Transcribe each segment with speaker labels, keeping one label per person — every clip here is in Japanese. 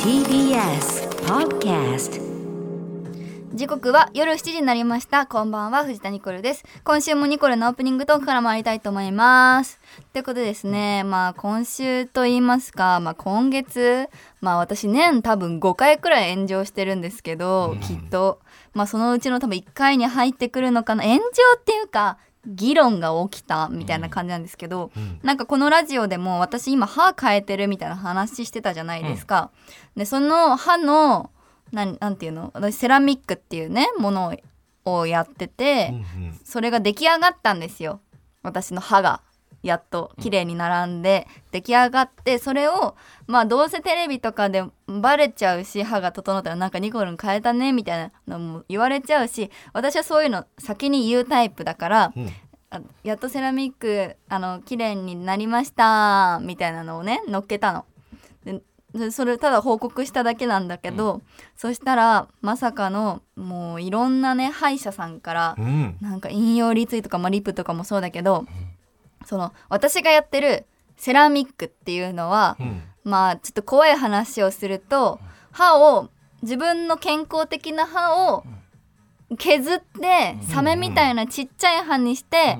Speaker 1: TBS Podcast
Speaker 2: 時刻は夜7時になりましたこんばんは藤田ニコルです今週もニコルのオープニングトークから参りたいと思いますということでですねまあ今週と言いますかまあ今月まあ私年多分5回くらい炎上してるんですけど、きっとまあそのうちの多分1回に入ってくるのかな炎上っていうか議論が起きたみたいな感じなんですけど、なんかこのラジオでも私今歯変えてるみたいな話してたじゃないですか、でその歯のなんなんていうの私セラミックっていうねものををやってて、それが出来上がったんですよ私の歯がやっと綺麗に並んで出来上がってそれをまあどうせテレビとかでバレちゃうし歯が整ったらなんかニコルン変えたねみたいなのも言われちゃうし私はそういうの先に言うタイプだから、あやっとセラミックあの綺麗になりましたみたいなのをね乗っけたの。ででそれただ報告しただけなんだけど、そしたらまさかのもういろんなね歯医者さんから、
Speaker 3: うん
Speaker 2: なんか引用リツイとか、まあ、リプとかもそうだけど、その私がやってるセラミックっていうのは、
Speaker 3: うん
Speaker 2: まあちょっと怖い話をすると歯を自分の健康的な歯を削ってサメみたいなちっちゃい歯にして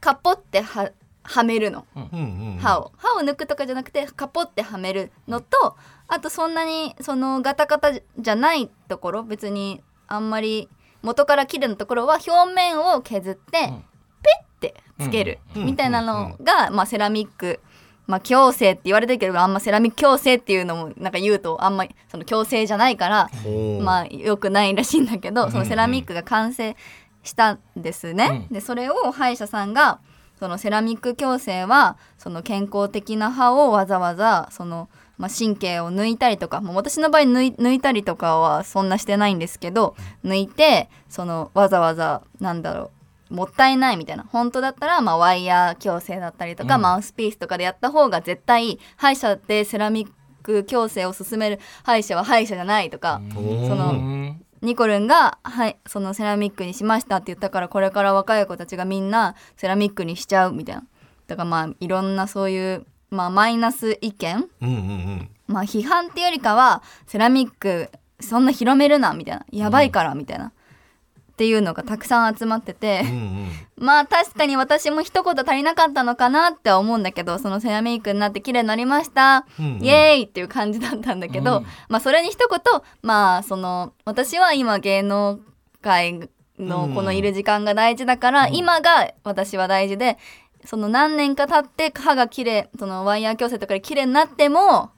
Speaker 2: カポってははめるの
Speaker 3: うんうん
Speaker 2: 歯を歯を抜くとかじゃなくてカポってはめるのとあとそんなにそのガタガタじゃないところ別にあんまり元から綺麗なところは表面を削ってペッてつける
Speaker 3: うん
Speaker 2: みたいなのが、まあ、セラミック、まあ、矯正って言われてるけどあんまセラミック矯正っていうのもなんか言うとあんまりその矯正じゃないから
Speaker 3: ほう
Speaker 2: まあ良くないらしいんだけどそのセラミックが完成したんですね。でそれを歯医者さんがそのセラミック矯正はその健康的な歯をわざわざその、まあ、神経を抜いたりとかもう私の場合抜い抜いたりとかはそんなしてないんですけど抜いてそのわざわざなんだろうもったいないみたいな本当だったらまあワイヤー矯正だったりとか、マウスピースとかでやった方が絶対歯医者でセラミック矯正を勧める歯医者は歯医者じゃないとか、そのニコルンが、はい、そのセラミックにしましたって言ったからこれから若い子たちがみんなセラミックにしちゃうみたいなだからまあいろんなそういう、まあ、マイナス意見
Speaker 3: うんうん
Speaker 2: まあ批判っていうよりかはセラミックそんな広めるなみたいなやばいからみたいな、っていうのがたくさん集まってて、
Speaker 3: うんうん
Speaker 2: まあ確かに私も一言足りなかったのかなって思うんだけどそのセラミックになって綺麗になりました、
Speaker 3: うん
Speaker 2: イエーイっていう感じだったんだけど、
Speaker 3: うん
Speaker 2: まあそれに一言まあその私は今芸能界のこのいる時間が大事だから、今が私は大事でその何年か経って歯が綺麗そのワイヤー矯正とかで綺麗になっても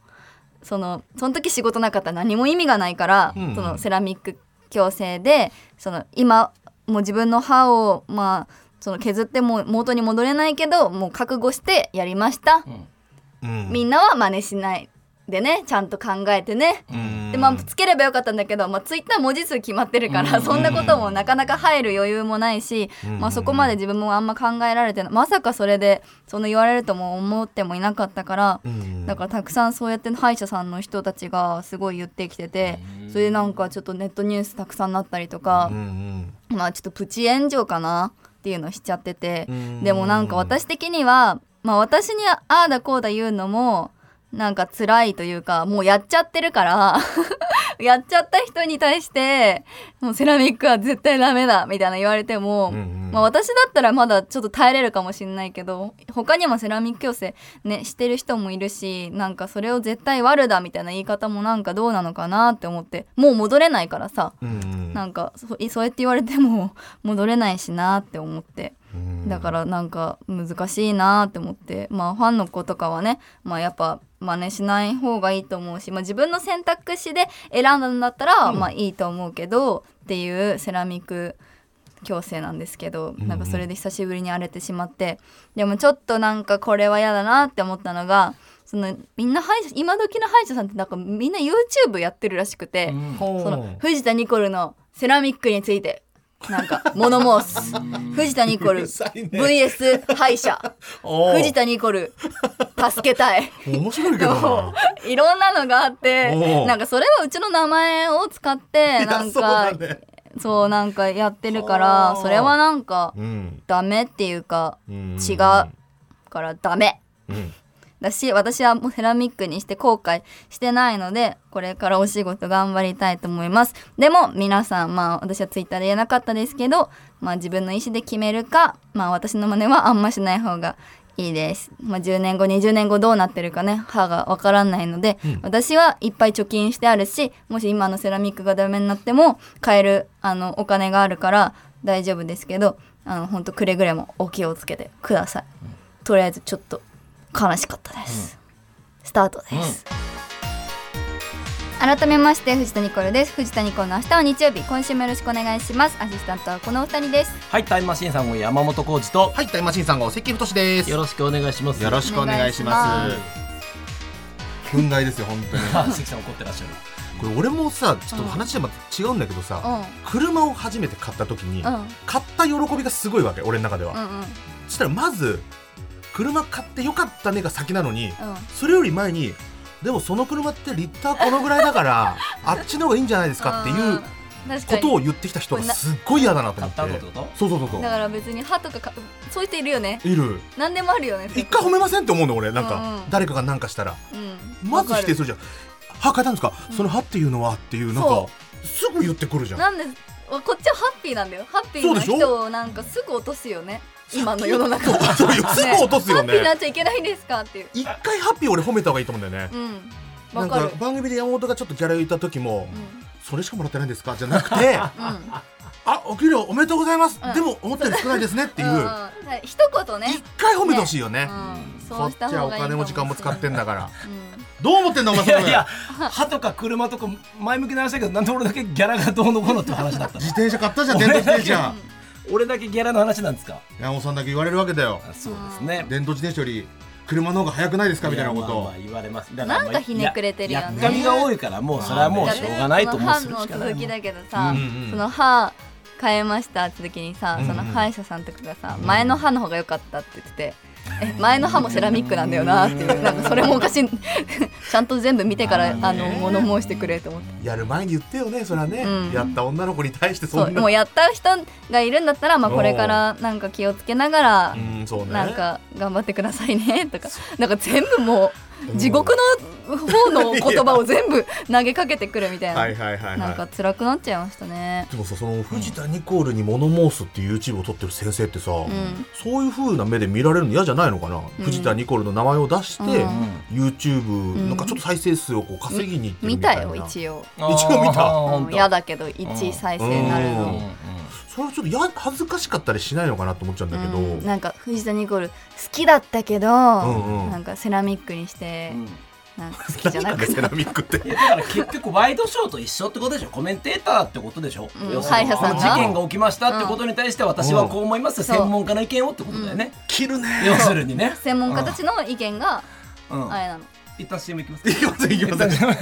Speaker 2: そのその時仕事なかったら何も意味がないから、
Speaker 3: うん
Speaker 2: そのセラミック矯正でその今もう自分の歯をまあその削っても元に戻れないけどもう覚悟してやりました、
Speaker 3: うん
Speaker 2: みんなは真似しないでねちゃんと考えてね、
Speaker 3: うん
Speaker 2: でまあつければよかったんだけど、まあ、ツイッター文字数決まってるから、そんなこともなかなか入る余裕もないし、まあ、そこまで自分もあんま考えられてないまさかそれでその言われるとも思ってもいなかったから、
Speaker 3: ん
Speaker 2: だからたくさんそうやって歯医者さんの人たちがすごい言ってきてて、それでなんかちょっとネットニュースたくさんなったりとか
Speaker 3: う、ん
Speaker 2: まあちょっとプチ炎上かなっていうのをしちゃってて、
Speaker 3: うん
Speaker 2: でもなんか私的には、まあ、私にああだこうだ言うのもなんか辛いというかもうやっちゃってるから やっちゃった人に対してもうセラミックは絶対ダメだみたいな言われても、
Speaker 3: うんうん
Speaker 2: まあ、私だったらまだちょっと耐えれるかもしれないけど他にもセラミック矯正、ね、してる人もいるしなんかそれを絶対悪だみたいな言い方もなんかどうなのかなって思ってもう戻れないからさ、
Speaker 3: うんうん
Speaker 2: なんかそそうやって言われても 戻れないしなって思って
Speaker 3: うん
Speaker 2: だからなんか難しいなって思ってまあファンの子とかはねまあやっぱ真似しない方がいいと思うし、まあ、自分の選択肢で選んだんだったらまあいいと思うけど、っていうセラミック矯正なんですけどなんかそれで久しぶりに荒れてしまってでもちょっとなんかこれは嫌だなって思ったのが。そのみんな歯医者今時の歯医者さんってなんかみんな YouTube やってるらしくて、
Speaker 3: ほう
Speaker 2: その藤田ニコルのセラミックについてなん か物申す藤田ニコ
Speaker 3: う
Speaker 2: ル
Speaker 3: るさいね
Speaker 2: VS 歯医者
Speaker 3: おう
Speaker 2: 藤田ニコル助け たい
Speaker 3: 面白いけどな
Speaker 2: いろんなのがあって
Speaker 3: おう
Speaker 2: なんかそれはうちの名前を使ってなん
Speaker 3: いや
Speaker 2: か
Speaker 3: そうだね
Speaker 2: そうなんかやってるから
Speaker 3: おう
Speaker 2: それはなんか
Speaker 3: うん
Speaker 2: ダメっていうか
Speaker 3: うん
Speaker 2: 違うからダメ
Speaker 3: うん
Speaker 2: だし私はもうセラミックにして後悔してないのでこれからお仕事頑張りたいと思いますでも皆さんまあ私はツイッターで言えなかったですけど、まあ、自分の意思で決めるか、まあ、私の真似はあんましない方がいいです、まあ、10年後20年後どうなってるかね歯がわからないので、私はいっぱい貯金してあるしもし今のセラミックがダメになっても買えるあのお金があるから大丈夫ですけどあの本当くれぐれもお気をつけてくださいとりあえずちょっと悲しかったです、スタートです、改めまして藤田ニコルです藤田ニコルの明日は日曜日今週もよろしくお願いしますアシスタントはこのお二人です
Speaker 4: はい、タイムマシーンさんを山本浩二と、
Speaker 5: はい、タイムマシーンさん号関太志です。
Speaker 4: よろしくお願いします。
Speaker 5: よろ
Speaker 4: し
Speaker 5: しくお願いします。憤慨ですよ、本当に。
Speaker 4: 関さん怒ってらっしゃる。
Speaker 6: これ俺もさちょっと話はまた違うんだけどさ、
Speaker 2: うん
Speaker 6: 車を初めて買った時に、
Speaker 2: うん
Speaker 6: 買った喜びがすごいわけ俺の中では、
Speaker 2: うんうん
Speaker 6: そしたらまず車買ってよかったねが先なのに、
Speaker 2: うん
Speaker 6: それより前にでもその車ってリッターこのぐらいだから あっちの方がいいんじゃないですかっていうん
Speaker 2: 確か
Speaker 6: こ
Speaker 2: に
Speaker 6: とを言ってきた人がすっごい嫌だなと思って
Speaker 4: 買ったってこと
Speaker 6: そうそうそうそう
Speaker 2: だから別に歯とかかそういう人いるよね
Speaker 6: いる
Speaker 2: 何でもあるよね
Speaker 6: 一回褒めませんって思うの俺なん
Speaker 2: うん
Speaker 6: か
Speaker 2: うん
Speaker 6: 誰かがなんかしたら
Speaker 2: うん
Speaker 6: まず否定
Speaker 2: る
Speaker 6: するじゃん歯変えたんですか、その歯っていうのはっていうなんか
Speaker 2: そ
Speaker 6: すぐ言ってくるじゃん
Speaker 2: なんでわこっちはハッピーなんだよハッピーな
Speaker 6: そうでし
Speaker 2: 人をなんかすぐ落とすよね今の世の中は
Speaker 6: そうよすぐ落とすよ
Speaker 2: ハッピーになっ
Speaker 6: ね
Speaker 2: ちゃいけないんですかっていう
Speaker 6: 一回ハッピー俺褒めた方がいいと思うんだよね
Speaker 2: うん
Speaker 6: な
Speaker 2: わ
Speaker 6: ん
Speaker 2: か
Speaker 6: か
Speaker 2: る
Speaker 6: 番組で山本がちょっとギャラ言った時も
Speaker 2: うん
Speaker 6: それしかもらってないんですかじゃなく て
Speaker 2: うん
Speaker 6: あお給料おめでとうございます
Speaker 2: うん
Speaker 6: でも思ったより少ないですねってい
Speaker 2: うんうん
Speaker 6: う
Speaker 2: はい一言ね
Speaker 6: 一回褒めてほしいよね
Speaker 2: うん
Speaker 6: こ
Speaker 2: そう
Speaker 6: っち
Speaker 2: した
Speaker 6: は
Speaker 2: 方
Speaker 6: お
Speaker 2: がいいか
Speaker 6: 金も時間も使ってんだから
Speaker 2: うん
Speaker 5: どう思ってんだ、お前
Speaker 4: い
Speaker 5: そ
Speaker 4: や
Speaker 5: れ
Speaker 4: いや、歯とか車とか前向きな話だけど、なんで俺だけギャラがどうのこうのって話だった の
Speaker 5: 自転車買ったじゃん、電動自転車。
Speaker 4: 俺だけギャラの話なんですか
Speaker 5: 山本さんだけ言われるわけだよ。
Speaker 4: あそうですね。
Speaker 5: 電動自転車より車の方が速くないですかみたいなこ
Speaker 4: やまあま
Speaker 5: と
Speaker 4: あ。言われます。だ
Speaker 2: なんかひねくれてるよね
Speaker 4: ややっかみが多いから、もうそれはもう
Speaker 2: だっ
Speaker 4: してょう
Speaker 2: ね
Speaker 4: がないと
Speaker 2: その
Speaker 4: 思う
Speaker 2: 歯
Speaker 4: する
Speaker 2: の
Speaker 4: しかない
Speaker 2: 続
Speaker 4: も
Speaker 2: き
Speaker 4: ん。
Speaker 2: だけどさ、
Speaker 6: うんうん
Speaker 2: その歯変えましたって時にさ、
Speaker 6: うんうん
Speaker 2: その歯医者さんとかがさ、前の歯の方が良かったって言ってて。え前の歯もセラミックなんだよなっていうなんかそれもおかしい ちゃんと全部見てから
Speaker 4: ま
Speaker 2: あ
Speaker 4: あね
Speaker 2: の物申してくれと思って
Speaker 6: やる前に言ってよねそれはね
Speaker 2: うん
Speaker 6: やった女の子に対して
Speaker 2: そ
Speaker 6: そ
Speaker 2: うんもう
Speaker 6: な
Speaker 2: やった人がいるんだったら、まあ、これからなんか気をつけながら
Speaker 6: うんそうね
Speaker 2: なんか頑張ってくださいねとかなんか全部もう地獄の方の言葉を全 部投げかけてくるみたいな
Speaker 6: はいはいはい
Speaker 2: なん
Speaker 6: は
Speaker 2: か辛くなっちゃいましたね。
Speaker 6: いでもさその藤田ニコールに物申すっていう YouTube を撮ってる先生ってさ
Speaker 2: ん
Speaker 6: そういう風な目で見られるの嫌じゃないのかな
Speaker 2: うん
Speaker 6: 藤田ニコールの名前を出して
Speaker 2: うん
Speaker 6: YouTube なんかちょっと再生数をこう稼ぎにいってる
Speaker 2: 見
Speaker 6: みた
Speaker 2: た
Speaker 6: い
Speaker 2: よ
Speaker 6: な
Speaker 2: 一応。
Speaker 4: あー
Speaker 6: 一応見た
Speaker 4: ほんと
Speaker 2: 嫌だけど1位再生になる
Speaker 4: うんう
Speaker 2: の。
Speaker 4: ん
Speaker 6: それはちょっとや恥ずかしかったりしないのかなと思っちゃうんだけど、
Speaker 2: うんなんか藤田ニコル好きだったけど、
Speaker 6: んうん
Speaker 2: なんかセラミックにして、
Speaker 4: うん
Speaker 2: なんか好きじゃな
Speaker 6: 何
Speaker 2: く
Speaker 6: か
Speaker 2: て、
Speaker 6: セラミックっ て
Speaker 4: いやだから結局ワイドショーと一緒ってことでしょコメンテーターってことでしょ、
Speaker 2: うん
Speaker 4: 要する
Speaker 2: 歯
Speaker 4: に
Speaker 2: 医者さんが
Speaker 4: この事件が起きましたってことに対して私はこう思います、
Speaker 2: ん
Speaker 4: 専門家の意見をってことだよね、
Speaker 6: 切るね
Speaker 4: 要するにね、
Speaker 2: 専門家たちの意見が
Speaker 4: うん
Speaker 2: あれなの。
Speaker 4: 一旦 CM いきます
Speaker 6: いきませんいきません決
Speaker 2: でう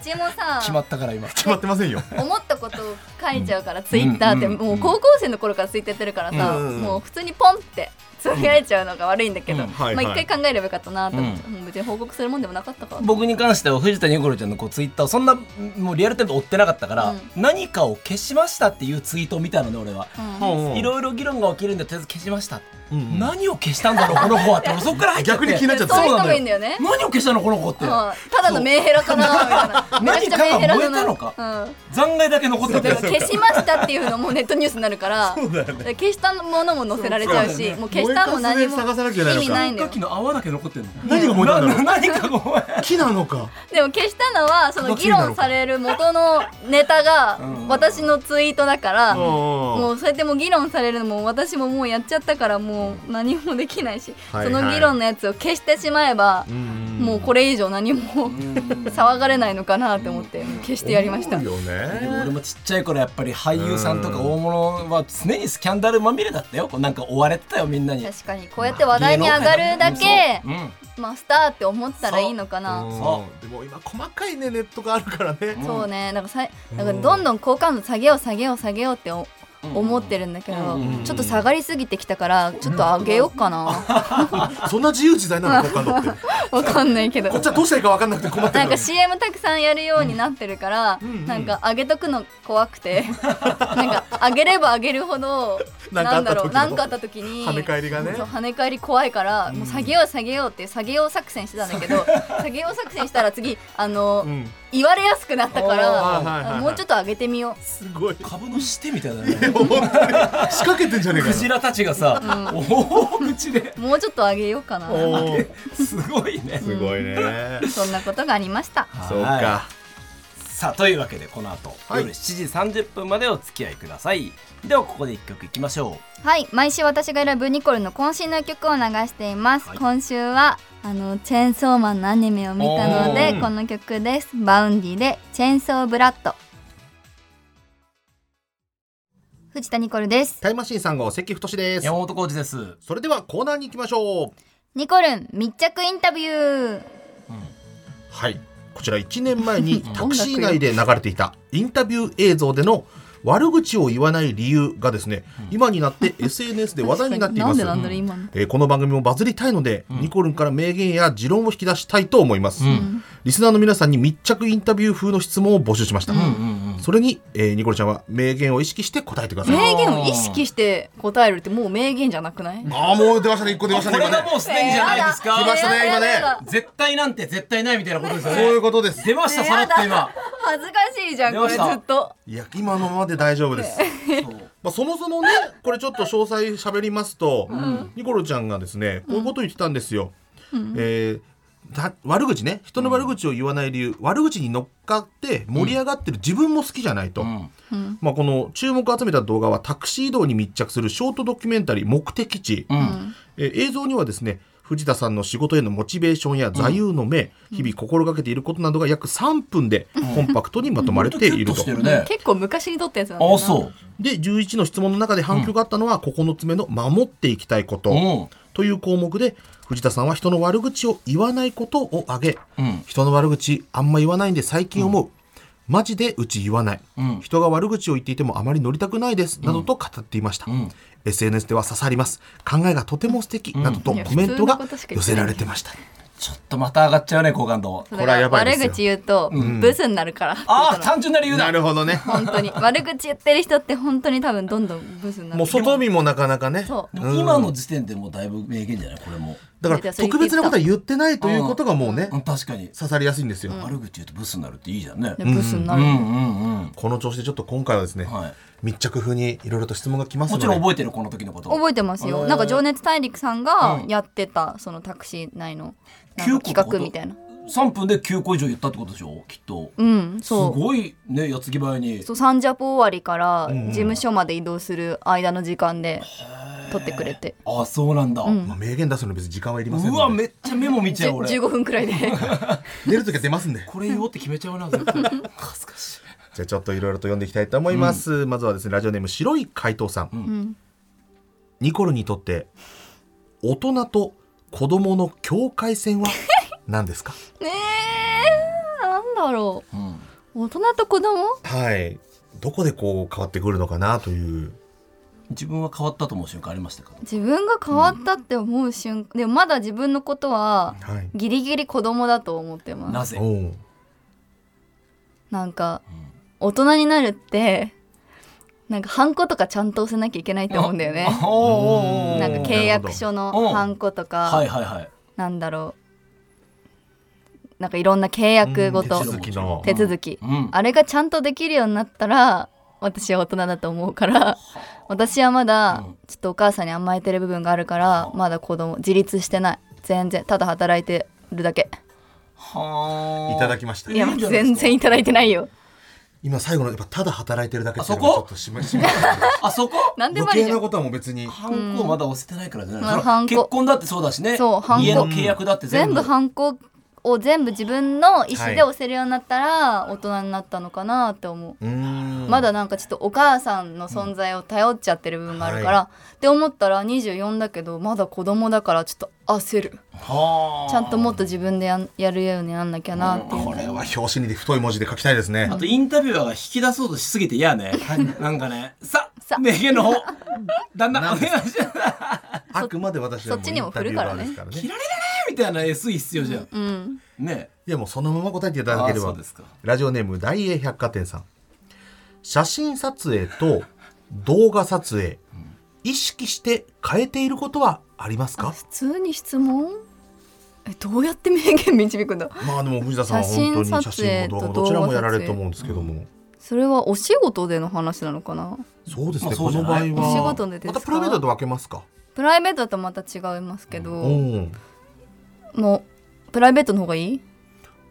Speaker 2: ちも さ
Speaker 4: 決まったから今
Speaker 6: まってませんよ
Speaker 2: 思ったことを書いちゃうから、ツイッターって、
Speaker 4: うん
Speaker 2: もう高校生の頃からツイッターやってるからさ、
Speaker 6: うん
Speaker 2: もう普通にポンってつぶやいちゃうのが悪いんだけど、
Speaker 4: うん
Speaker 6: はいはい
Speaker 2: まあ一回考えればよかったなと思って、もう別に報告するもんでもなかったから。
Speaker 4: 僕に関しては藤田ニコルちゃんのこうツイッターをそんなもうリアルタイムで追ってなかったから、
Speaker 2: うん
Speaker 4: 何かを消しましたっていうツイートを見たのね俺は。
Speaker 2: うん
Speaker 6: い
Speaker 4: いろいろ議論が起きるんでとりあえず消しました、
Speaker 6: うんうん
Speaker 4: 何を消したんだろうこの子はって俺そっから入っちゃって
Speaker 6: 逆に気になっちゃった
Speaker 2: そういう
Speaker 4: な
Speaker 2: 人
Speaker 4: の
Speaker 2: もいいんだよね。
Speaker 4: 何を消したのこの子っ
Speaker 2: う
Speaker 4: て、
Speaker 2: んただのメンヘラかなみたいな。め
Speaker 4: 何
Speaker 2: ちゃくちゃメンヘラだな
Speaker 4: かが燃えた
Speaker 2: うん
Speaker 4: 残骸だけ残って
Speaker 2: だ
Speaker 4: る
Speaker 2: から消しましたっていうのもネットニュースになるから
Speaker 6: そうだよ
Speaker 2: だから消したものも載せられちゃう
Speaker 4: そうだ
Speaker 2: し
Speaker 4: よね
Speaker 2: もう消したも何も
Speaker 5: 燃えかすで探さなきゃいけないの
Speaker 2: 意
Speaker 5: か
Speaker 2: 味ないんだ
Speaker 4: 消
Speaker 2: よ
Speaker 4: 火器の泡だけ残ってるの
Speaker 6: 何が燃えたんだろう
Speaker 4: な何かごめん
Speaker 6: 木なのか
Speaker 2: でも消したのはその議論される元のネタが
Speaker 4: うん
Speaker 2: 私のツイートだからも
Speaker 6: も
Speaker 2: うそうやってもう議論されるのも私ももうやっちゃったからもう何もできないし
Speaker 6: はい
Speaker 2: そ
Speaker 6: はい
Speaker 2: の議論のやつを消してしまえばもうこれ以上何も 騒がれないのかなと思って消してやりました
Speaker 6: よね
Speaker 4: でも俺もちっちゃい頃やっぱり俳優さんとか大物は常にスキャンダルまみれだったよこうなんか追われてたよみんなに
Speaker 2: 確かにこうやって話題に上がるだけ
Speaker 4: うん
Speaker 2: まあスターって思ったらいいのかな
Speaker 4: そ
Speaker 6: うんでも今細かいねネットがあるからね
Speaker 4: ん
Speaker 2: そうねなんかさいなんかどんどん好感度下げよう下げよう下げようってお思ってるんだけど、
Speaker 4: うん
Speaker 2: ちょっと下がりすぎてきたからちょっと上げようかな、
Speaker 6: そんな自由自在なの好感度って
Speaker 2: わかんないけど
Speaker 6: こっちはどうしたらいいか分かんなくて困って
Speaker 2: なん
Speaker 6: る
Speaker 2: か CM たくさんやるようになってるから、
Speaker 6: んうん
Speaker 2: なんか上げとくの怖くてなんか上げれば上げるほど
Speaker 6: なんか
Speaker 2: な
Speaker 6: あ
Speaker 2: ん
Speaker 6: っ
Speaker 2: だ
Speaker 6: た
Speaker 2: ろう
Speaker 6: 時
Speaker 2: なんかあ
Speaker 6: の
Speaker 2: った時に
Speaker 6: 跳ね返りがね
Speaker 2: そう跳ね返り怖いから、もう下げよう下げようって下げよう作戦してたんだけ ど下げよう作戦したら次あの、
Speaker 6: うん
Speaker 2: 言われやすくなったか
Speaker 6: おーはいはいはい
Speaker 2: ら
Speaker 6: はい
Speaker 2: もうちょっと上げてみよ
Speaker 6: すごい
Speaker 4: 株のしてみたいだね
Speaker 6: 仕掛けてんじゃね えか
Speaker 4: クジラたちがさ、大口で
Speaker 2: うもうちょっと上げようかな
Speaker 6: よおー
Speaker 4: すごいね
Speaker 6: すごいね
Speaker 2: そんなことがありました
Speaker 6: そうか
Speaker 4: はいさあというわけでこの後、
Speaker 6: はい
Speaker 4: 夜7時30分までお付き合いくださいではここで一曲いきましょ
Speaker 2: はい毎週私が選ぶニコルの渾身の曲を流しています、
Speaker 4: はい
Speaker 2: 今週はあのチェーンソーマンのアニメを見たので
Speaker 6: おー
Speaker 2: この曲ですバウンディでチェーンソーブラッド藤田ニコルです
Speaker 6: タイムマシーン3号関太で
Speaker 4: う
Speaker 6: す
Speaker 4: 山本浩二です
Speaker 6: それではコーナーに行きましょう
Speaker 2: ニコルン密着インタビュー
Speaker 6: はいこちら1年前 にタクシー内で流れていたインタビュー映像での悪口を言わない理由がですね、今になって SNS で話題になっていま
Speaker 2: ん
Speaker 6: す
Speaker 2: でなんだろう今の
Speaker 6: えーこの番組もバズりたいので、ニコルンから名言や持論を引き出したいと思います、リスナーの皆さんに密着インタビュー風の質問を募集しました、それに、えーニコルちゃんは名言を意識して答えてください、
Speaker 2: 名言を意識して答えるってもう名言じゃなくない
Speaker 6: ああもう出ましたね1個出まし
Speaker 4: こ
Speaker 6: たね
Speaker 4: れ
Speaker 6: 今
Speaker 4: が
Speaker 6: ね
Speaker 4: もうすでにじゃないですか、
Speaker 6: 来ましたね今ね
Speaker 4: 絶対なんて絶対ないみたいなことですよ
Speaker 6: そう
Speaker 4: ね
Speaker 6: いうことです
Speaker 4: 出ましたさらっと今
Speaker 2: 恥ずかしいじゃん
Speaker 4: 出
Speaker 2: こ
Speaker 4: ま
Speaker 2: れ
Speaker 4: し
Speaker 2: ず
Speaker 4: た
Speaker 2: っと
Speaker 6: いや今のままで大丈夫 です
Speaker 4: そう
Speaker 6: まあ、そもそもねこれちょっと詳細喋りますと、ニコルちゃんがですねこういうことを言ってたんですよ。えーだ悪口ね人の悪口を言わない理由、悪口に乗っかって盛り上がってる自分も好きじゃないと、
Speaker 4: ん
Speaker 6: まあ、この注目を集めた動画はタクシー移動に密着するショートドキュメンタリー「目的地」
Speaker 4: うん
Speaker 6: えー映像にはですね藤田さんの仕事へのモチベーションや座右の銘、日々心がけていることなどが約3分でコンパクトにまとまれている
Speaker 4: キュッと
Speaker 6: と
Speaker 4: して。るね
Speaker 2: 結構昔に撮ったやつなんだ
Speaker 4: あ
Speaker 2: な
Speaker 4: あそう
Speaker 6: で11の質問の中で反響があったのは9つ目の「守っていきたいこと」
Speaker 4: うん
Speaker 6: という項目で藤田さんは人の悪口を言わないことを挙げ、
Speaker 4: うん
Speaker 6: 人の悪口あんま言わないんで最近思う、マジでうち言わない、
Speaker 4: うん
Speaker 6: 人が悪口を言っていてもあまり乗りたくないです、などと語っていました、
Speaker 4: うん
Speaker 6: SNS では刺さります考えがとても素敵、などと
Speaker 2: いや
Speaker 6: コメントが
Speaker 2: 普通のことしか言
Speaker 6: 寄
Speaker 2: ってない
Speaker 6: せられてました、
Speaker 4: ちょっとまた上がっちゃうね好感度
Speaker 2: そう
Speaker 6: これはやばいですよ
Speaker 2: 悪口言うとブスになるから、
Speaker 4: ああ単 純な理由だ
Speaker 6: なるほどね
Speaker 2: 本 当に悪口言ってる人って本当に多分どんどんブスになる
Speaker 6: もう外見もなかなかね
Speaker 2: そう
Speaker 4: でも今の時点でもうだいぶ名言じゃないこれも
Speaker 6: だから特別なことは言ってないということがもうね、
Speaker 4: うん確かに
Speaker 6: 刺さりやすいんですよ、
Speaker 4: 悪口言うとブスになるっていいじゃんね
Speaker 2: でブスにな
Speaker 4: う
Speaker 2: る、
Speaker 4: んうんうん
Speaker 6: この調子でちょっと今回はですね、
Speaker 4: はい
Speaker 6: 密着風にいろいろと質問が来ます
Speaker 4: も
Speaker 6: ので
Speaker 4: ちろん覚えてるこの時のこと
Speaker 2: 覚えてますよなんか「情熱大陸」さんがやってたそのタクシー内のなんか企画みたいな
Speaker 4: 3分で9個以上言ったってことでしょきっと
Speaker 2: うん
Speaker 4: す
Speaker 2: そう
Speaker 4: ごいね矢継ぎ早に
Speaker 2: そうサンジャポ終わりから事務所まで移動する間の時間で撮ってくれて
Speaker 4: あそうなんだう
Speaker 6: まあ、名言出すのに別に時間はいりませんので
Speaker 4: わめっちゃメモ見ち
Speaker 2: じ
Speaker 4: ゃ
Speaker 2: ゅ
Speaker 4: う俺
Speaker 2: 15分くら いで
Speaker 6: 出る時は出ますんで
Speaker 4: これ言おうって決めちゃうな絶対恥ずかしい
Speaker 6: じゃあちょっといろいろと読んでいきたいと思います、まずはですねラジオネーム白い怪盗さん、ニコルにとって大人と子供の境界線は何です か
Speaker 2: ねえなんだろう
Speaker 4: うん
Speaker 2: 大人と子供
Speaker 6: はいどこでこう変わってくるのかなという
Speaker 4: 自分は変わったと思う瞬間ありましたか
Speaker 2: 自分が変わったって思う瞬間、でもまだ自分のことは
Speaker 6: はい
Speaker 2: ギリギリ子供だと思ってます
Speaker 4: なぜ
Speaker 6: おう
Speaker 2: なんか大人になるってなんかハンコとかちゃんと押せなきゃいけないと思うんだよね
Speaker 4: あおーおーおー
Speaker 2: なんか契約書のハンコと
Speaker 4: はい
Speaker 2: か
Speaker 4: はいはい
Speaker 2: なんだろうなんかいろんな契約ごと
Speaker 6: 手続きの
Speaker 2: 手続き
Speaker 4: うん
Speaker 2: あれがちゃんとできるようになったら私は大人だと思う から私はまだちょっとお母さんに甘えてる部分があるからまだ子供自立してない全然ただ働いてるだけ
Speaker 4: はー
Speaker 6: いただきました
Speaker 2: いや
Speaker 4: いんじゃないです
Speaker 2: 全
Speaker 4: か
Speaker 2: 然いただいてないよ
Speaker 6: 今最後のやっぱただ働いてるだけっていうのが
Speaker 4: あそ
Speaker 6: ち
Speaker 4: こ
Speaker 6: ょっとしましまった
Speaker 4: あそこ
Speaker 2: なんでもあ
Speaker 6: 余
Speaker 2: りじ
Speaker 6: 計
Speaker 2: ゃ
Speaker 6: なんことはもう別に
Speaker 4: ハンコまだ押せてないからじゃない、
Speaker 2: まあ
Speaker 4: そら
Speaker 2: ハンコ
Speaker 4: 結婚だってそうだしね
Speaker 2: そうハンコ
Speaker 4: 家の契約だって全
Speaker 2: 全
Speaker 4: 部
Speaker 2: 部ハンコを全部自分の意思で押せるようになったら大人になったのかなって思う、
Speaker 6: うーん
Speaker 2: まだなんかちょっとお母さんの存在を頼っちゃってる部分があるから、って思ったら24だけどまだ子供だからちょっと焦る
Speaker 4: はー
Speaker 2: ちゃんともっと自分でやんやるようになんなきゃなっていう、
Speaker 6: これは表紙に太い文字で書きたいですね
Speaker 4: あとインタビュアーが引き出そうとしすぎて嫌ね、なんかねさ
Speaker 2: さ
Speaker 4: 名 言の方だんだんお願いします
Speaker 6: あくまで私は
Speaker 2: そっちにも振るからね
Speaker 6: インタビュアーです
Speaker 4: 切られるね みたいな SE 必要じゃん、
Speaker 2: うん、
Speaker 4: ね
Speaker 6: いやもうそのまま答えていただけれ
Speaker 4: あそ
Speaker 6: ば
Speaker 4: うですか
Speaker 6: ラジオネーム大英百貨店さん写真撮影と動画撮影意識して変えていることはありますか
Speaker 2: 普通に質問えどうやって名言導くんだ
Speaker 6: まあでも藤田さんは
Speaker 2: 写
Speaker 6: 本
Speaker 2: 真
Speaker 6: 当に写
Speaker 2: 撮影
Speaker 6: 真も動画も
Speaker 2: と
Speaker 6: どちら
Speaker 2: 動
Speaker 6: も
Speaker 2: 画
Speaker 6: やら
Speaker 2: 撮
Speaker 6: れると
Speaker 2: 影
Speaker 6: 思うんですけども、
Speaker 2: それはお仕事での話なのかな
Speaker 6: そうですね、
Speaker 4: まあそ
Speaker 6: こ
Speaker 4: うじゃ
Speaker 6: の場合
Speaker 4: ない
Speaker 2: お仕
Speaker 6: は
Speaker 2: 事でですか
Speaker 6: またプライベートと分けますか
Speaker 2: プライベートだとまた違いますけ
Speaker 6: う
Speaker 2: ど
Speaker 6: ん
Speaker 2: もうプライベートの方がいい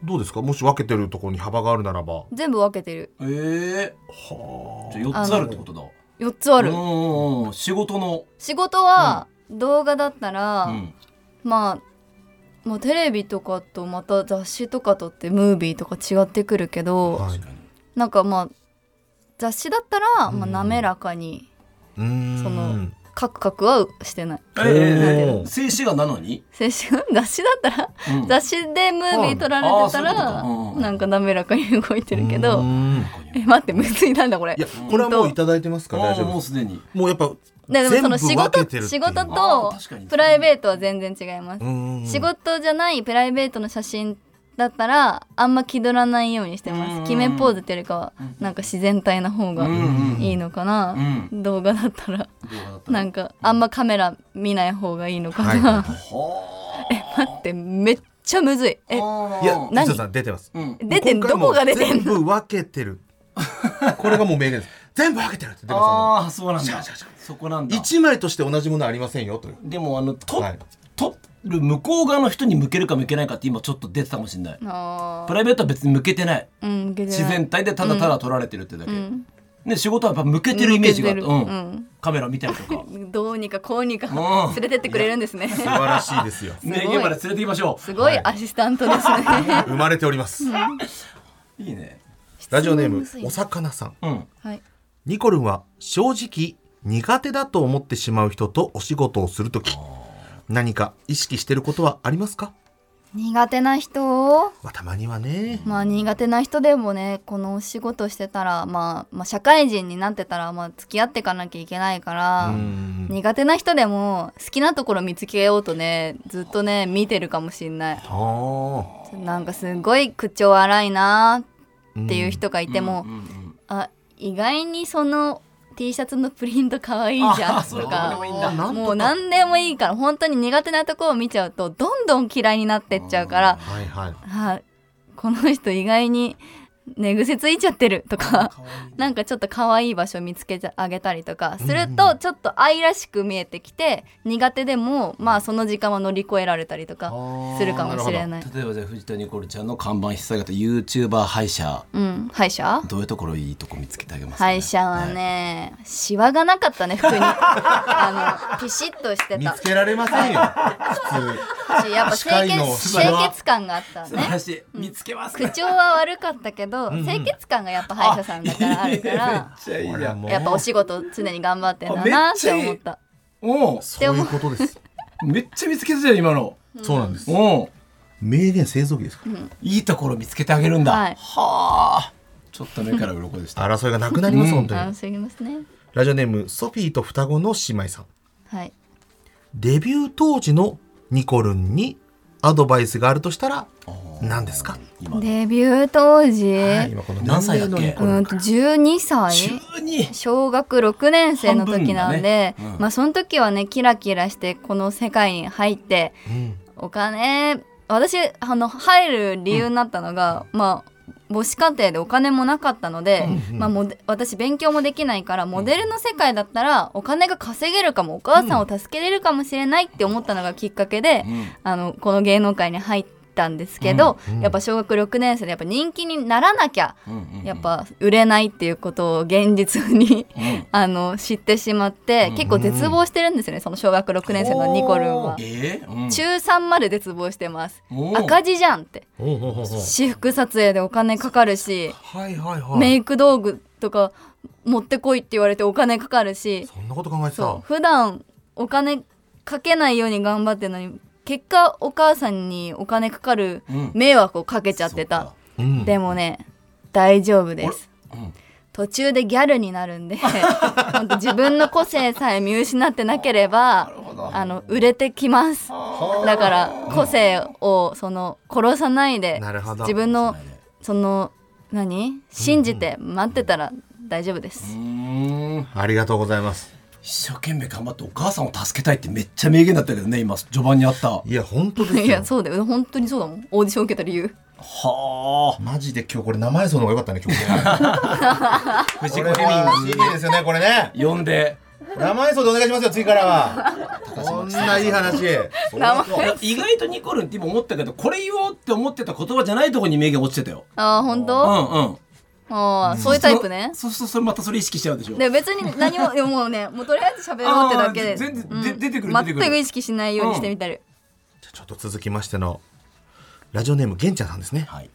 Speaker 6: どうですかもし分けてるところに幅があるならば
Speaker 2: 全部分けてる
Speaker 4: ええ
Speaker 6: は
Speaker 4: じゃあ4つあるってことだ
Speaker 2: 4つある
Speaker 4: うんうんうん仕事の
Speaker 2: 仕事は動画だったら、
Speaker 4: うん
Speaker 2: まあもうテレビとかとまた雑誌とかとってムービーとか違ってくるけど、
Speaker 6: はい
Speaker 4: 確かに
Speaker 2: なんかまあ雑誌だったら、まあ、
Speaker 6: うん
Speaker 2: 滑らかに
Speaker 6: うーん
Speaker 2: そのカクカクはしてない
Speaker 4: え
Speaker 6: おー
Speaker 4: え静止画なのに
Speaker 2: 青春雑誌だったら
Speaker 4: うん
Speaker 2: 雑誌でムービー撮られてたら
Speaker 4: あーそういうことかうんうん
Speaker 2: なんか滑らかに動いてるけ
Speaker 6: うー
Speaker 2: ど
Speaker 6: ん
Speaker 2: え待ってむずいなんだこれ
Speaker 6: いやこれはもういただいてますから大丈
Speaker 4: あー
Speaker 6: 夫
Speaker 4: もう
Speaker 6: です
Speaker 4: すでに
Speaker 6: もうやっぱ
Speaker 2: ででもその仕
Speaker 6: 全部分
Speaker 2: 事
Speaker 6: けてるってい
Speaker 2: 仕
Speaker 6: う
Speaker 2: 事
Speaker 4: あ
Speaker 2: と
Speaker 4: ー確かに
Speaker 2: プライベートは全然違います
Speaker 6: う、ーん
Speaker 2: 仕事じゃないプライベートの写真だったらあんま気取らないようにしてま
Speaker 4: う
Speaker 2: す
Speaker 4: ん
Speaker 2: 決めポーズっていうよりかはなんか自然体な方が
Speaker 4: うんうん
Speaker 2: いいのかな、
Speaker 4: うん
Speaker 2: 動画だったら
Speaker 4: 動画だったら
Speaker 2: なんかあんまカメラ見ない方がいいのかな、
Speaker 6: は
Speaker 4: は
Speaker 2: 待ってめっちゃむずいえ
Speaker 4: あ
Speaker 6: いや
Speaker 4: う
Speaker 6: 藤
Speaker 2: 何
Speaker 6: 田さん出てます
Speaker 4: ん
Speaker 2: 出てん
Speaker 6: 今回
Speaker 2: ど
Speaker 6: も
Speaker 2: こが出てん
Speaker 6: 全
Speaker 2: の
Speaker 6: 部分けてるこれがもう名言です全部分けてるって出ま
Speaker 4: ああそうなんだそこなん
Speaker 6: す
Speaker 4: だ
Speaker 6: 一枚として同じものはありませんよという
Speaker 4: でもあのと
Speaker 6: はい
Speaker 4: 撮る向こう側の人に向けるか向けないかって今ちょっと出てたかもしれない
Speaker 2: あ
Speaker 4: プライベートは別に向けてない
Speaker 2: ーうん受けて
Speaker 4: 自
Speaker 2: ない
Speaker 4: 然体でただただ撮られてるってだけ、
Speaker 2: ん
Speaker 4: ね仕事はやっぱ向けてるイメージがあった、う
Speaker 2: 向け
Speaker 4: ん
Speaker 2: てるうん
Speaker 4: カメラ見たりとか
Speaker 2: どうにかこうにか
Speaker 4: うん
Speaker 2: 連れてってくれるんですね
Speaker 6: 素晴らしいですよ
Speaker 4: 名言まで連れてきましょ
Speaker 2: すごいアシスタントですね
Speaker 6: 生まれております
Speaker 4: ういいね
Speaker 6: ラジオネー ム
Speaker 2: 質問むずい
Speaker 6: お魚さん
Speaker 4: うん
Speaker 2: はい
Speaker 6: ニコルンは正直苦手だと思ってしまう人とお仕事をするとき何か意識してることはありますか、
Speaker 2: 苦手な人を
Speaker 6: まあ、たまにはね、
Speaker 2: まあ苦手な人でもねこのお仕事してたら、まあ、まあ社会人になってたらまあ付き合っていかなきゃいけないから、
Speaker 6: うん
Speaker 2: 苦手な人でも好きなところ見つけようとねずっとね見てるかもしんない
Speaker 6: あー
Speaker 2: なんかすごい口調荒いな
Speaker 6: うん
Speaker 2: っていう人がいても、
Speaker 4: うんうん
Speaker 2: あ意外にその T シャツのプリント可愛いじゃ
Speaker 4: あ
Speaker 2: ん
Speaker 4: そう
Speaker 2: と
Speaker 4: どうで
Speaker 2: か
Speaker 4: もいいん
Speaker 6: な
Speaker 4: だ
Speaker 6: んとか
Speaker 2: もう何でもいいから本当に苦手なところを見ちゃうとどんどん嫌いになってっちゃうから
Speaker 6: はいはい
Speaker 2: あこの人意外に寝癖ついちゃってるとか
Speaker 4: かわいい
Speaker 2: なんかちょっと可愛い場所見つけてあげたりとかするとちょっと愛らしく見えてきて苦手でもまあその時間は乗り越えられたりとかするかもしれない。
Speaker 4: 例えばじゃあ藤田ニコルちゃんの看板引っ提げた YouTuber 歯医者
Speaker 2: うん、歯医者
Speaker 4: どういうところいいとこ見つけてあげますか、
Speaker 2: 歯医者はね、シワがなかったね服にあのピシッとして
Speaker 6: 見
Speaker 2: た
Speaker 6: つけられませんよ
Speaker 2: しやっぱ
Speaker 6: 歯科
Speaker 2: 清
Speaker 6: 医の
Speaker 2: 潔
Speaker 6: シワ
Speaker 2: 清潔感があった
Speaker 4: 素晴
Speaker 2: ね
Speaker 4: らしい見つけます
Speaker 2: 口
Speaker 4: ね
Speaker 2: 調は悪かったけど清潔感がやっぱ歯医者さんだからあるか
Speaker 4: めっ
Speaker 2: ら
Speaker 4: ちゃいい
Speaker 6: 普通
Speaker 4: やん
Speaker 2: やっぱお仕事常に頑張ってんだなって思った
Speaker 4: おう
Speaker 6: そういうことです
Speaker 4: めっちゃ見つけてたよ今の
Speaker 6: そうなんです
Speaker 4: おう
Speaker 6: 名言製造機ですか、
Speaker 4: いいところ見つけてあげるんだ
Speaker 2: はい
Speaker 4: はあちょっと目から鱗でした
Speaker 6: 争いがなくなります、本当
Speaker 2: 楽
Speaker 6: に
Speaker 2: しみますね
Speaker 6: ラジオネームソフィーと双子の姉妹さん
Speaker 2: はい
Speaker 6: デビュー当時のニコルンにアドバイスがあるとしたら何ですか
Speaker 4: 今の
Speaker 2: デビュー当時、
Speaker 6: はい今この
Speaker 4: 何歳だっけ
Speaker 6: 年齢のニコル
Speaker 2: うん
Speaker 6: ン
Speaker 2: と12歳
Speaker 4: 12
Speaker 2: 小学6年生の時なんで、
Speaker 4: 半分だねうん
Speaker 2: まあその時はねキラキラしてこの世界に入って
Speaker 6: うん
Speaker 2: お金私あの入る理由になったのが、まあ母子家庭でお金もなかったので、まあ、モデ私勉強もできないからモデルの世界だったらお金が稼げるかもお母さんを助けれるかもしれないって思ったのがきっかけで、
Speaker 4: うん
Speaker 2: あのこの芸能界に入ったんですけど、
Speaker 6: うん
Speaker 2: やっぱ小学6年生でやっぱ人気にならなきゃ
Speaker 4: うんうんうん
Speaker 2: やっぱ売れないっていうことを現実に
Speaker 4: うん
Speaker 2: あの知ってしまって、結構絶望してるんですよねその小学6年生のニコルンは。
Speaker 4: ええうん
Speaker 2: 中3まで絶望してます
Speaker 4: おー
Speaker 2: 赤字じゃんって
Speaker 6: おうおうおうおう
Speaker 2: 私服撮影でお金かかるし
Speaker 6: はいはいはい
Speaker 2: メイク道具とか持ってこいって言われてお金かかるし
Speaker 6: そんなこと考えて
Speaker 2: そう
Speaker 6: た
Speaker 2: 普段お金かけないように頑張ってるのに結果お母さんにお金かかる
Speaker 4: うん
Speaker 2: 迷惑をかけちゃって
Speaker 4: そう
Speaker 2: た
Speaker 4: か、
Speaker 6: うん
Speaker 2: でもね大丈夫です
Speaker 4: うん
Speaker 2: 途中でギャルになるんでほんと自分の個性さえ見失ってなければあの売れてきますだから個性をその殺さないで
Speaker 6: なるほど
Speaker 2: 自分のその何信じて待ってたら大丈夫です、
Speaker 4: うーん
Speaker 6: ありがとうございます
Speaker 4: 一生懸命頑張ってお母さんを助けたいってめっちゃ名言だったけどね今序盤にあった
Speaker 6: いや本当ですよ
Speaker 2: いやそうだよ本当にそうだもんオーディション受けた理由
Speaker 4: は
Speaker 6: マジで今日これ生演奏の方が良かったね今日 ね
Speaker 4: あ藤
Speaker 6: こ
Speaker 4: 子
Speaker 6: れ
Speaker 4: フェ
Speaker 6: は
Speaker 4: ミ
Speaker 6: CD ですよねこれね
Speaker 4: 呼んで
Speaker 6: 生演奏でお願いしますよ次からはこんないい話
Speaker 2: 生
Speaker 6: そうそう
Speaker 4: 意外とニコルンって今思ったけどこれ言おうって思ってた言葉じゃないとこに名言落ちてたよ
Speaker 2: ああ本
Speaker 4: う
Speaker 2: 当
Speaker 4: んうん
Speaker 2: ああそういうタイプね
Speaker 4: そうそうそれまたそれ意識しちゃうでしょ
Speaker 2: で別に何もでももうねもうとりあえず喋ろうってだけで
Speaker 4: あー全然
Speaker 2: うん
Speaker 4: で出てくる出てくる
Speaker 2: 全く意識しないようにしてみたり、
Speaker 6: じゃあちょっと続きましてのラジオネームげんちゃんさんですね
Speaker 4: はい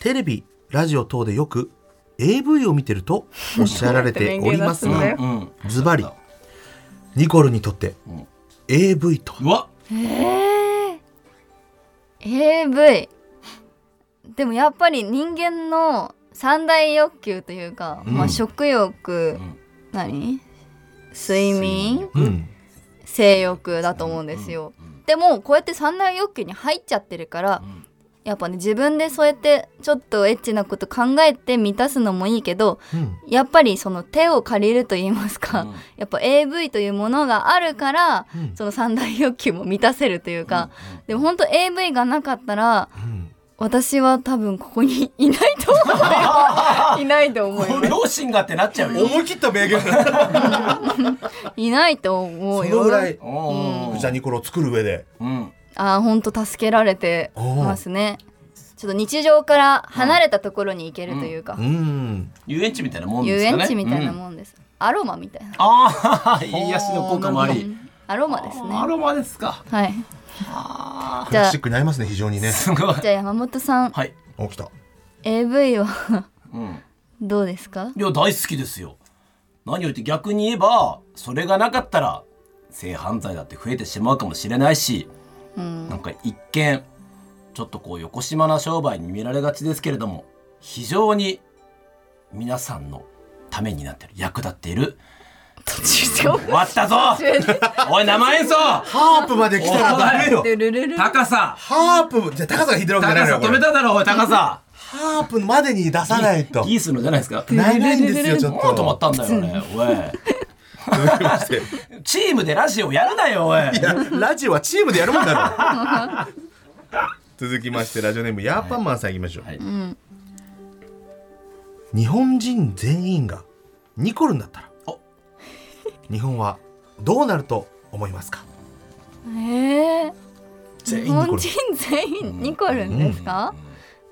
Speaker 6: テレビラジオ等でよく AV を見てるとおっしゃられております
Speaker 2: そうだ
Speaker 6: が
Speaker 2: よ
Speaker 4: うんうん
Speaker 6: ズバリニコルにとって
Speaker 4: うん
Speaker 6: AV と
Speaker 4: うわ
Speaker 2: えー、AV でもやっぱり人間の三大欲求というか、まあ、食欲、
Speaker 4: ん
Speaker 2: 何睡眠
Speaker 6: うん
Speaker 2: 性欲だと思うんですよ、でもこうやって三大欲求に入っちゃってるから、
Speaker 4: ん
Speaker 2: やっぱね自分でそうやってちょっとエッチなこと考えて満たすのもいいけど
Speaker 6: うん
Speaker 2: やっぱりその手を借りると言いますか、
Speaker 4: うん
Speaker 2: やっぱ AV というものがあるから、
Speaker 6: うん
Speaker 2: その三大欲求も満たせるというか、でも本当 AV がなかったら
Speaker 6: うん
Speaker 2: 私は多分ここにいないと思ういないと思います
Speaker 4: 両親がってなっちゃうよ
Speaker 6: 思い切った名言だ
Speaker 2: いないと思
Speaker 6: そう
Speaker 2: よ
Speaker 6: のぐらい
Speaker 4: うん
Speaker 6: 藤田ニコルを作る上で
Speaker 4: うん
Speaker 2: あー本当助けられてますねちょっと日常から離れたところに行けるというか
Speaker 6: う、ん
Speaker 4: 遊園地みたいなもんで
Speaker 2: 遊
Speaker 4: すかね
Speaker 2: 園地みたいな
Speaker 4: うん
Speaker 2: もんです、アロマみたいな
Speaker 4: ああ癒しの効果もあり
Speaker 2: アロマですね
Speaker 4: アロマですか
Speaker 2: はい
Speaker 6: ク
Speaker 2: じゃあ
Speaker 6: ラシッ
Speaker 2: じ
Speaker 6: クに合いますね非常にね
Speaker 4: すごい
Speaker 2: ゃあ山本さん
Speaker 4: はい、
Speaker 6: 起きた
Speaker 2: AV は
Speaker 4: うん
Speaker 2: どうですか
Speaker 4: いや大好きですよ何を言って逆に言えばそれがなかったら性犯罪だって増えてしまうかもしれないし、なんか一見ちょっとこう横島な商売に見られがちですけれども非常に皆さんのためになってる役立っている
Speaker 2: 途中
Speaker 4: 終わったぞおい生演奏
Speaker 6: ハープまで来たらダメよ
Speaker 2: でルルル
Speaker 4: 高さ
Speaker 6: ハープじゃあ高さが弾いてるわけじゃない
Speaker 4: 高
Speaker 6: の
Speaker 4: さ
Speaker 6: よこ
Speaker 4: 止
Speaker 6: れ
Speaker 4: めただろおい高さ
Speaker 6: ハープまでに出さないと
Speaker 4: ギースのじゃないですか
Speaker 6: 長いんですよちょ
Speaker 4: も
Speaker 6: っ
Speaker 4: う
Speaker 6: と
Speaker 4: 止まったんだよねお
Speaker 6: 続きまして
Speaker 4: いチームでラジオやるなよおい
Speaker 6: いやラジオはチームでやるもんだろ続きましてラジオネームヤーパンマンさんいきましょう、
Speaker 4: はい
Speaker 6: 日本人全員がニコルンだったら
Speaker 4: お
Speaker 6: 日本はどうなると思いますか
Speaker 2: えー、
Speaker 6: 全
Speaker 2: 日
Speaker 6: 員ニコ
Speaker 2: 本
Speaker 6: ル
Speaker 2: 人全員ニコルンですか、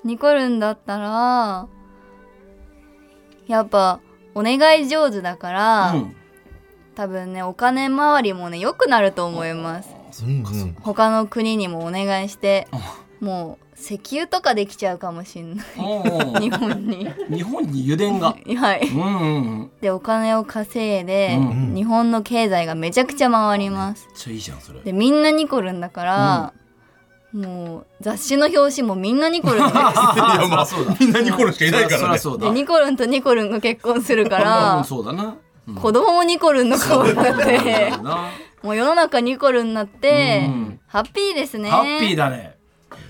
Speaker 2: ニコルンだったらやっぱお願い上手だから、
Speaker 4: うん
Speaker 2: 多分ねお金回りもね良くなると思います
Speaker 6: ン、うんうん、
Speaker 2: 他の国にもお願いしてもう石油とかできちゃうかもし んない
Speaker 4: お
Speaker 2: 日本に
Speaker 4: う日本に油田が。
Speaker 2: はい
Speaker 4: うんうんうん。めっ
Speaker 2: でお金を稼いで、
Speaker 4: うん
Speaker 2: 日本の経済がめちゃくちゃ回ります
Speaker 4: ちゃいいじゃんそれ。
Speaker 2: でみんなニコルンだから、もう雑誌の表紙もみんなニコルン です
Speaker 6: いやまあ
Speaker 4: そうだ
Speaker 6: みんなニコルンしかいないか
Speaker 4: そり
Speaker 6: ら
Speaker 4: ゃ
Speaker 6: ね
Speaker 4: そうだ。
Speaker 2: でニコルンとニコルンが結婚するか
Speaker 4: まあ うん
Speaker 2: ら
Speaker 4: そうだな。
Speaker 2: 子供もニコルンの顔になっ
Speaker 4: そう
Speaker 2: て
Speaker 4: だな
Speaker 2: もう世の中ニコルンになって、
Speaker 4: うん
Speaker 2: ハッピーですね
Speaker 4: ハッピーだね。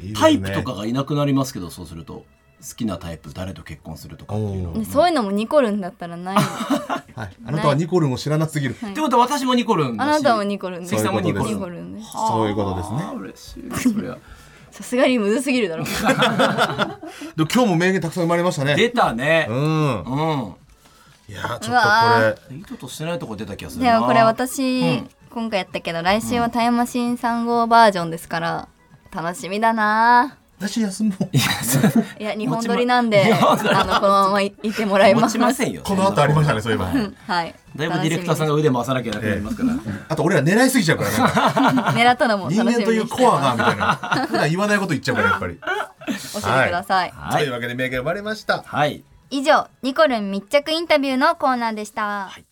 Speaker 6: いいですね
Speaker 4: タイプとかがいなくなりますけどそうすると好きなタイプ誰と結婚するとかっていうの。
Speaker 6: お
Speaker 4: っ
Speaker 6: ー
Speaker 2: でそういうのもニコルンだったらない
Speaker 6: はい、あなたはニコルンを知らなすぎる、
Speaker 2: い
Speaker 4: てことは私もニコルンだ
Speaker 2: あ
Speaker 4: し。
Speaker 2: なたもニコルン
Speaker 4: 関
Speaker 2: です
Speaker 4: さんもニコル
Speaker 6: そうい
Speaker 2: ニコル
Speaker 6: うこと
Speaker 4: ン。
Speaker 2: ンです
Speaker 6: そういうことですね
Speaker 4: あー嬉しいですそれは。
Speaker 2: さすがにむずすぎるだろ
Speaker 6: で今日も名言たくさん生まれました
Speaker 4: 出
Speaker 6: ね
Speaker 4: たね
Speaker 6: う。ん
Speaker 4: うん。
Speaker 6: いやーちょ
Speaker 2: うわ
Speaker 6: っとこ
Speaker 4: 意図としてないとこ出た気がする
Speaker 2: で
Speaker 4: な。
Speaker 2: もこれ私、
Speaker 4: うん
Speaker 2: 今回やったけど来週はタイムマシーン3号バージョンですから楽しみだな
Speaker 6: れ私休もう
Speaker 2: いや日本撮りなんで あのこのままいいてもらい
Speaker 4: 持
Speaker 2: ます
Speaker 4: ちませんよ。
Speaker 6: この後ありましたねそういえば
Speaker 4: はい
Speaker 2: はい
Speaker 4: だいぶディレクターさんが腕回さなきゃいけなくなりますから。
Speaker 6: あと俺ら狙いすぎちゃうからなんか
Speaker 2: 楽しみに狙ったのも楽し
Speaker 6: 人
Speaker 2: みに
Speaker 6: 間という
Speaker 2: して
Speaker 6: コアがみたいな普段言わないこと言っちゃうからやっぱり
Speaker 2: 教えてください、
Speaker 4: は
Speaker 6: という
Speaker 4: い。
Speaker 6: わけで名言生まれました
Speaker 4: はい。
Speaker 2: 以上ニコルン密着インタビューのコーナーでした、
Speaker 4: はい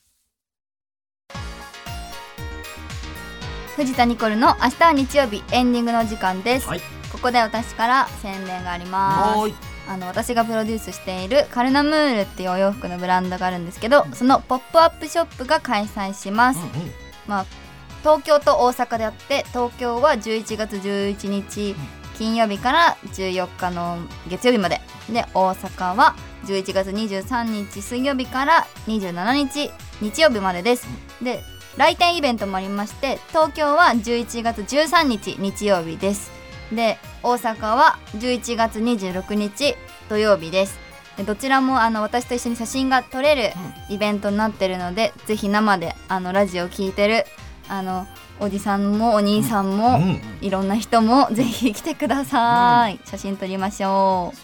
Speaker 2: 藤田ニコルの明日は日曜日エンディングの時間です、
Speaker 4: はい
Speaker 2: ここで私から宣伝があります
Speaker 4: はーい。
Speaker 2: あの私がプロデュースしているカルナムールっていうお洋服のブランドがあるんですけどそのポップアップショップが開催します、まあ、東京と大阪であって東京は11月11日金曜日から14日の月曜日までで大阪は11月23日水曜日から27日日曜日までです、で来店イベントもありまして東京は11月13日日曜日ですで大阪は11月26日土曜日ですでどちらもあの私と一緒に写真が撮れるイベントになってるので、ぜひ生であのラジオを聞いてるあのおじさんもお兄さんも、
Speaker 6: うん
Speaker 2: いろんな人もぜひ来てください、写真撮りましょう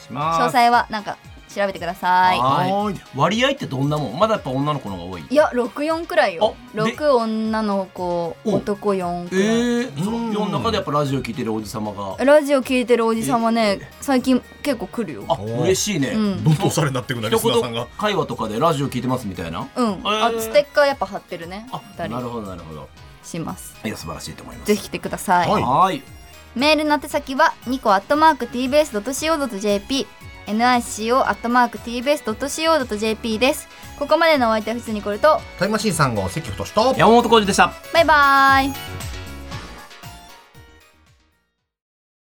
Speaker 4: します
Speaker 2: 詳細はなんか調べてください
Speaker 4: はい
Speaker 6: はーい
Speaker 4: 割合ってどんなもんまだやっぱ女の子の方が多い
Speaker 2: いや64くらいよ
Speaker 4: あで
Speaker 2: 6女の子
Speaker 4: お
Speaker 2: 男4
Speaker 4: え
Speaker 2: くらい、
Speaker 4: ー、そ
Speaker 6: うん
Speaker 4: の世の中でやっぱラジオ聞いてるおじさまが
Speaker 2: ラジオ聞いてるおじさまね
Speaker 4: え
Speaker 2: 最近結構来るよ
Speaker 4: あ嬉しいね、
Speaker 2: うん
Speaker 6: どんどんおしゃれになってくなリ
Speaker 4: 一
Speaker 6: スナーさん
Speaker 4: 言
Speaker 6: が
Speaker 4: 会話とかでラジオ聞いてますみたいな
Speaker 2: うん、あ
Speaker 4: えー
Speaker 2: ステッカーやっぱ貼ってるね
Speaker 4: あ
Speaker 2: 二
Speaker 4: なる
Speaker 2: 人
Speaker 4: ほどなるほど
Speaker 2: します
Speaker 4: いや素晴らしいと思います
Speaker 2: ぜひ来てください、
Speaker 6: はい
Speaker 4: はい
Speaker 2: メールの宛先はニコアットマーク tbs.co.jp nico アットマーク tbs.co.jp ですここまでのお相手は藤ニコルと
Speaker 6: タイムマシーン3号関太と
Speaker 4: 山本浩二でした
Speaker 2: バイバイ